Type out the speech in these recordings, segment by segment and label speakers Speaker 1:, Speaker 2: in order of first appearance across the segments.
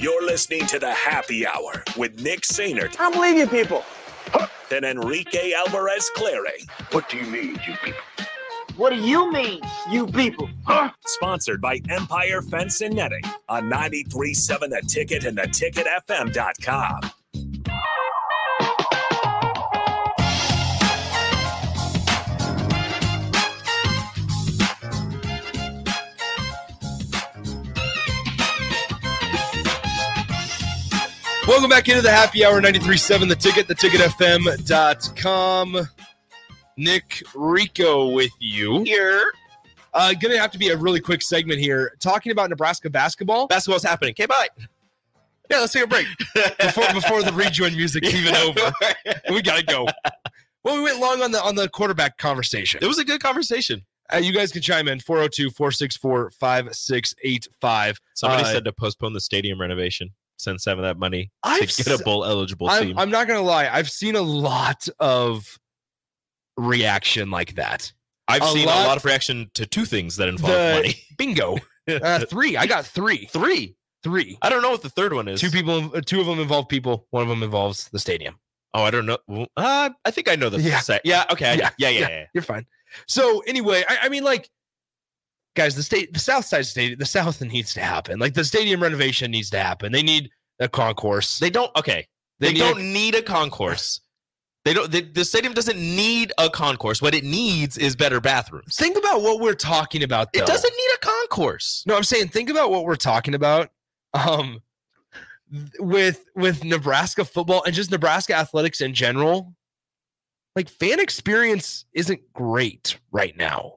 Speaker 1: You're listening to the Happy Hour with Nick Sainert
Speaker 2: I don't believe you people.
Speaker 1: and Enrique Alvarez Clary.
Speaker 3: What do you mean, you people?
Speaker 2: What do you mean, you people? Huh?
Speaker 1: Sponsored by Empire Fence and Netting on 93.7 The Ticket and theticketfm.com.
Speaker 4: Welcome back into the happy hour 93.7, the ticket, theticketfm.com. Nick Rico with you. Here. Uh, gonna have to be a really quick segment here. Talking about Nebraska basketball. Basketball's happening. Okay, bye. Yeah, let's take a break. before before the rejoin music's even over. We gotta go. Well, we went long on the on the quarterback conversation.
Speaker 5: It was a good conversation.
Speaker 4: Uh, you guys can chime in 402-464-5685.
Speaker 5: Somebody
Speaker 4: Uh,
Speaker 5: said to postpone the stadium renovation, send some of that money
Speaker 4: I've
Speaker 5: to get
Speaker 4: s-
Speaker 5: a bowl eligible
Speaker 4: I'm,
Speaker 5: team.
Speaker 4: I'm not gonna lie. I've seen a lot of reaction like that.
Speaker 5: I've
Speaker 4: a
Speaker 5: seen
Speaker 4: lot-
Speaker 5: a lot of reaction to two things that involve
Speaker 4: The-
Speaker 5: money.
Speaker 4: Bingo. Uh, three. I got three.
Speaker 5: Three.
Speaker 4: Three.
Speaker 5: I don't know what the third one is.
Speaker 4: Two people. uh, Two of them involve people. One of them involves the stadium.
Speaker 5: Oh, I don't know. Well, Uh, I think I know the
Speaker 4: Yeah.
Speaker 5: sec- Yeah. Okay. I-
Speaker 4: Yeah.
Speaker 5: Yeah. Yeah. Yeah.
Speaker 4: You're fine. So anyway, I, I mean, like, guys, the state, the South Side Stadium, the South needs to happen. Like the stadium renovation needs to happen. They need a concourse.
Speaker 5: They don't. Okay. They,
Speaker 4: need a-
Speaker 5: don't need a concourse. They don't. The, the stadium doesn't need a concourse. What it needs is better bathrooms.
Speaker 4: think about what we're talking about. Though.
Speaker 5: It doesn't need a concourse.
Speaker 4: No, I'm saying think about what we're talking about um th- with with Nebraska football and just Nebraska athletics in general. Like fan experience isn't great right now.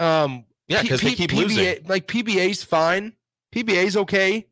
Speaker 4: Um
Speaker 5: Yeah,
Speaker 4: P-
Speaker 5: 'cause they
Speaker 4: P-
Speaker 5: keep
Speaker 4: PBA
Speaker 5: losing.
Speaker 4: Like PBA's fine. PBA's okay.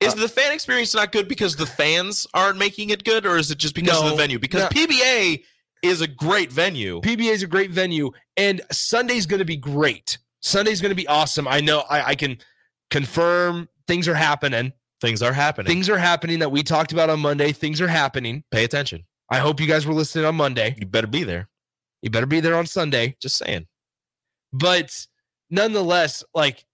Speaker 4: Uh,
Speaker 5: Is the fan experience not good because the fans aren't making it good, or is it just because of
Speaker 4: No,
Speaker 5: the venue? Because
Speaker 4: no.
Speaker 5: PBA is a great venue.
Speaker 4: PBA's a great venue and Sunday's going to be great. Sunday's going to be awesome. I know I, I can confirm things are happening.
Speaker 5: Things are happening.
Speaker 4: Things are happening that we talked about on Monday. Things are happening.
Speaker 5: Pay attention.
Speaker 4: I hope you guys were listening on Monday.
Speaker 5: You better be there.
Speaker 4: You better be there on Sunday.
Speaker 5: Just saying.
Speaker 4: But nonetheless, like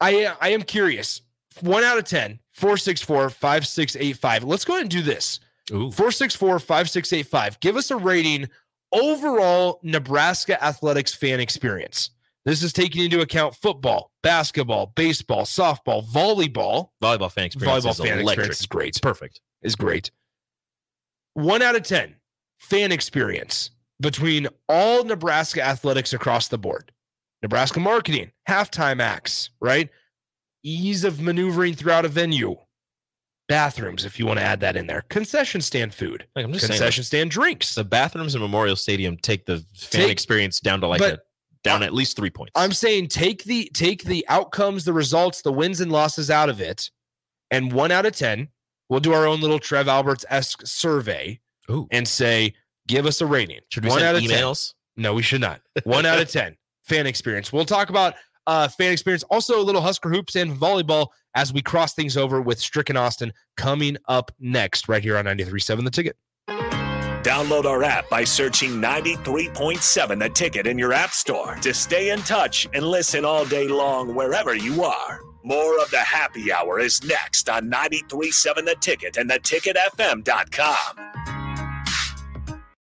Speaker 4: I I am curious. One out of 10, 464 5685. Let's go ahead and do this.
Speaker 5: Ooh.
Speaker 4: 464 5685. Give us a rating overall Nebraska athletics fan experience. This is taking into account football, basketball, baseball, softball, volleyball.
Speaker 5: Volleyball fan experience.
Speaker 4: volleyball
Speaker 5: is
Speaker 4: fan
Speaker 5: electric.
Speaker 4: experience is great.
Speaker 5: It's perfect.
Speaker 4: is great. One out of 10 fan experience between all Nebraska athletics across the board. Nebraska marketing, halftime acts, right? ease of maneuvering throughout a venue, bathrooms, if you want to add that in there, concession stand food,
Speaker 5: Like I'm just saying,
Speaker 4: concession stand drinks.
Speaker 5: the bathrooms in Memorial Stadium take the fan
Speaker 4: Take-
Speaker 5: experience down to like
Speaker 4: but-
Speaker 5: a, down at least three points.
Speaker 4: I'm saying take the take the outcomes, the results, the wins and losses out of it, and one out of ten, we'll do our own little Trev Alberts esque survey
Speaker 5: Ooh.
Speaker 4: and say, give us a rating.
Speaker 5: Should we
Speaker 4: one
Speaker 5: send
Speaker 4: out of ten.
Speaker 5: emails?
Speaker 4: No, we should not. One out of ten fan experience. We'll talk about uh, fan experience, also a little Husker hoops and volleyball as we cross things over with Stricken Austin coming up next, right here on 93.7 The Ticket.
Speaker 1: Download our app by searching 93.7 The Ticket in your app store to stay in touch and listen all day long wherever you are. More of the happy hour is next on 93.7 The Ticket and theticketfm.com.